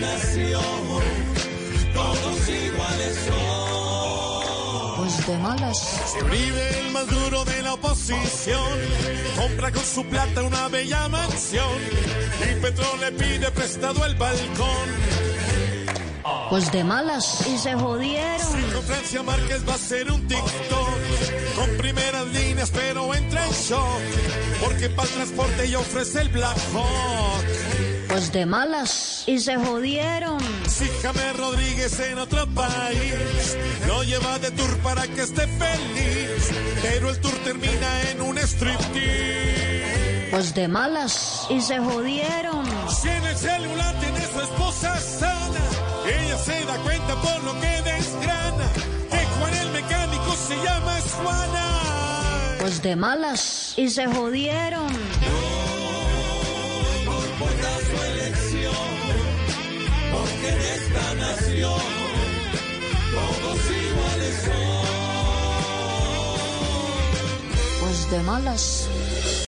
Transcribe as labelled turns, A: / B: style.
A: nación, todos iguales son.
B: Pues de malas.
A: Si Uribe, el más duro de la oposición, compra con su plata una bella mansión y Petro le pide prestado el balcón.
B: Pues de malas. Y se jodieron.
A: Si con Francia Márquez va a ser un TikTok, con primeras líneas pero entra en shock, porque para el transporte y ofrece el Black Hawk.
B: Pues de malas. Y se jodieron.
A: Si James Rodríguez en otro país lo lleva de tour para que esté feliz, pero el tour termina en un striptease.
B: Pues de malas. Y se jodieron.
A: Si en el celular tiene su esposa sana, ella se da cuenta por lo que desgrana que Juan el mecánico se llama Juana.
B: Pues de malas. Y se jodieron.
A: porque en esta nación todos iguales son.
B: Pues de malas.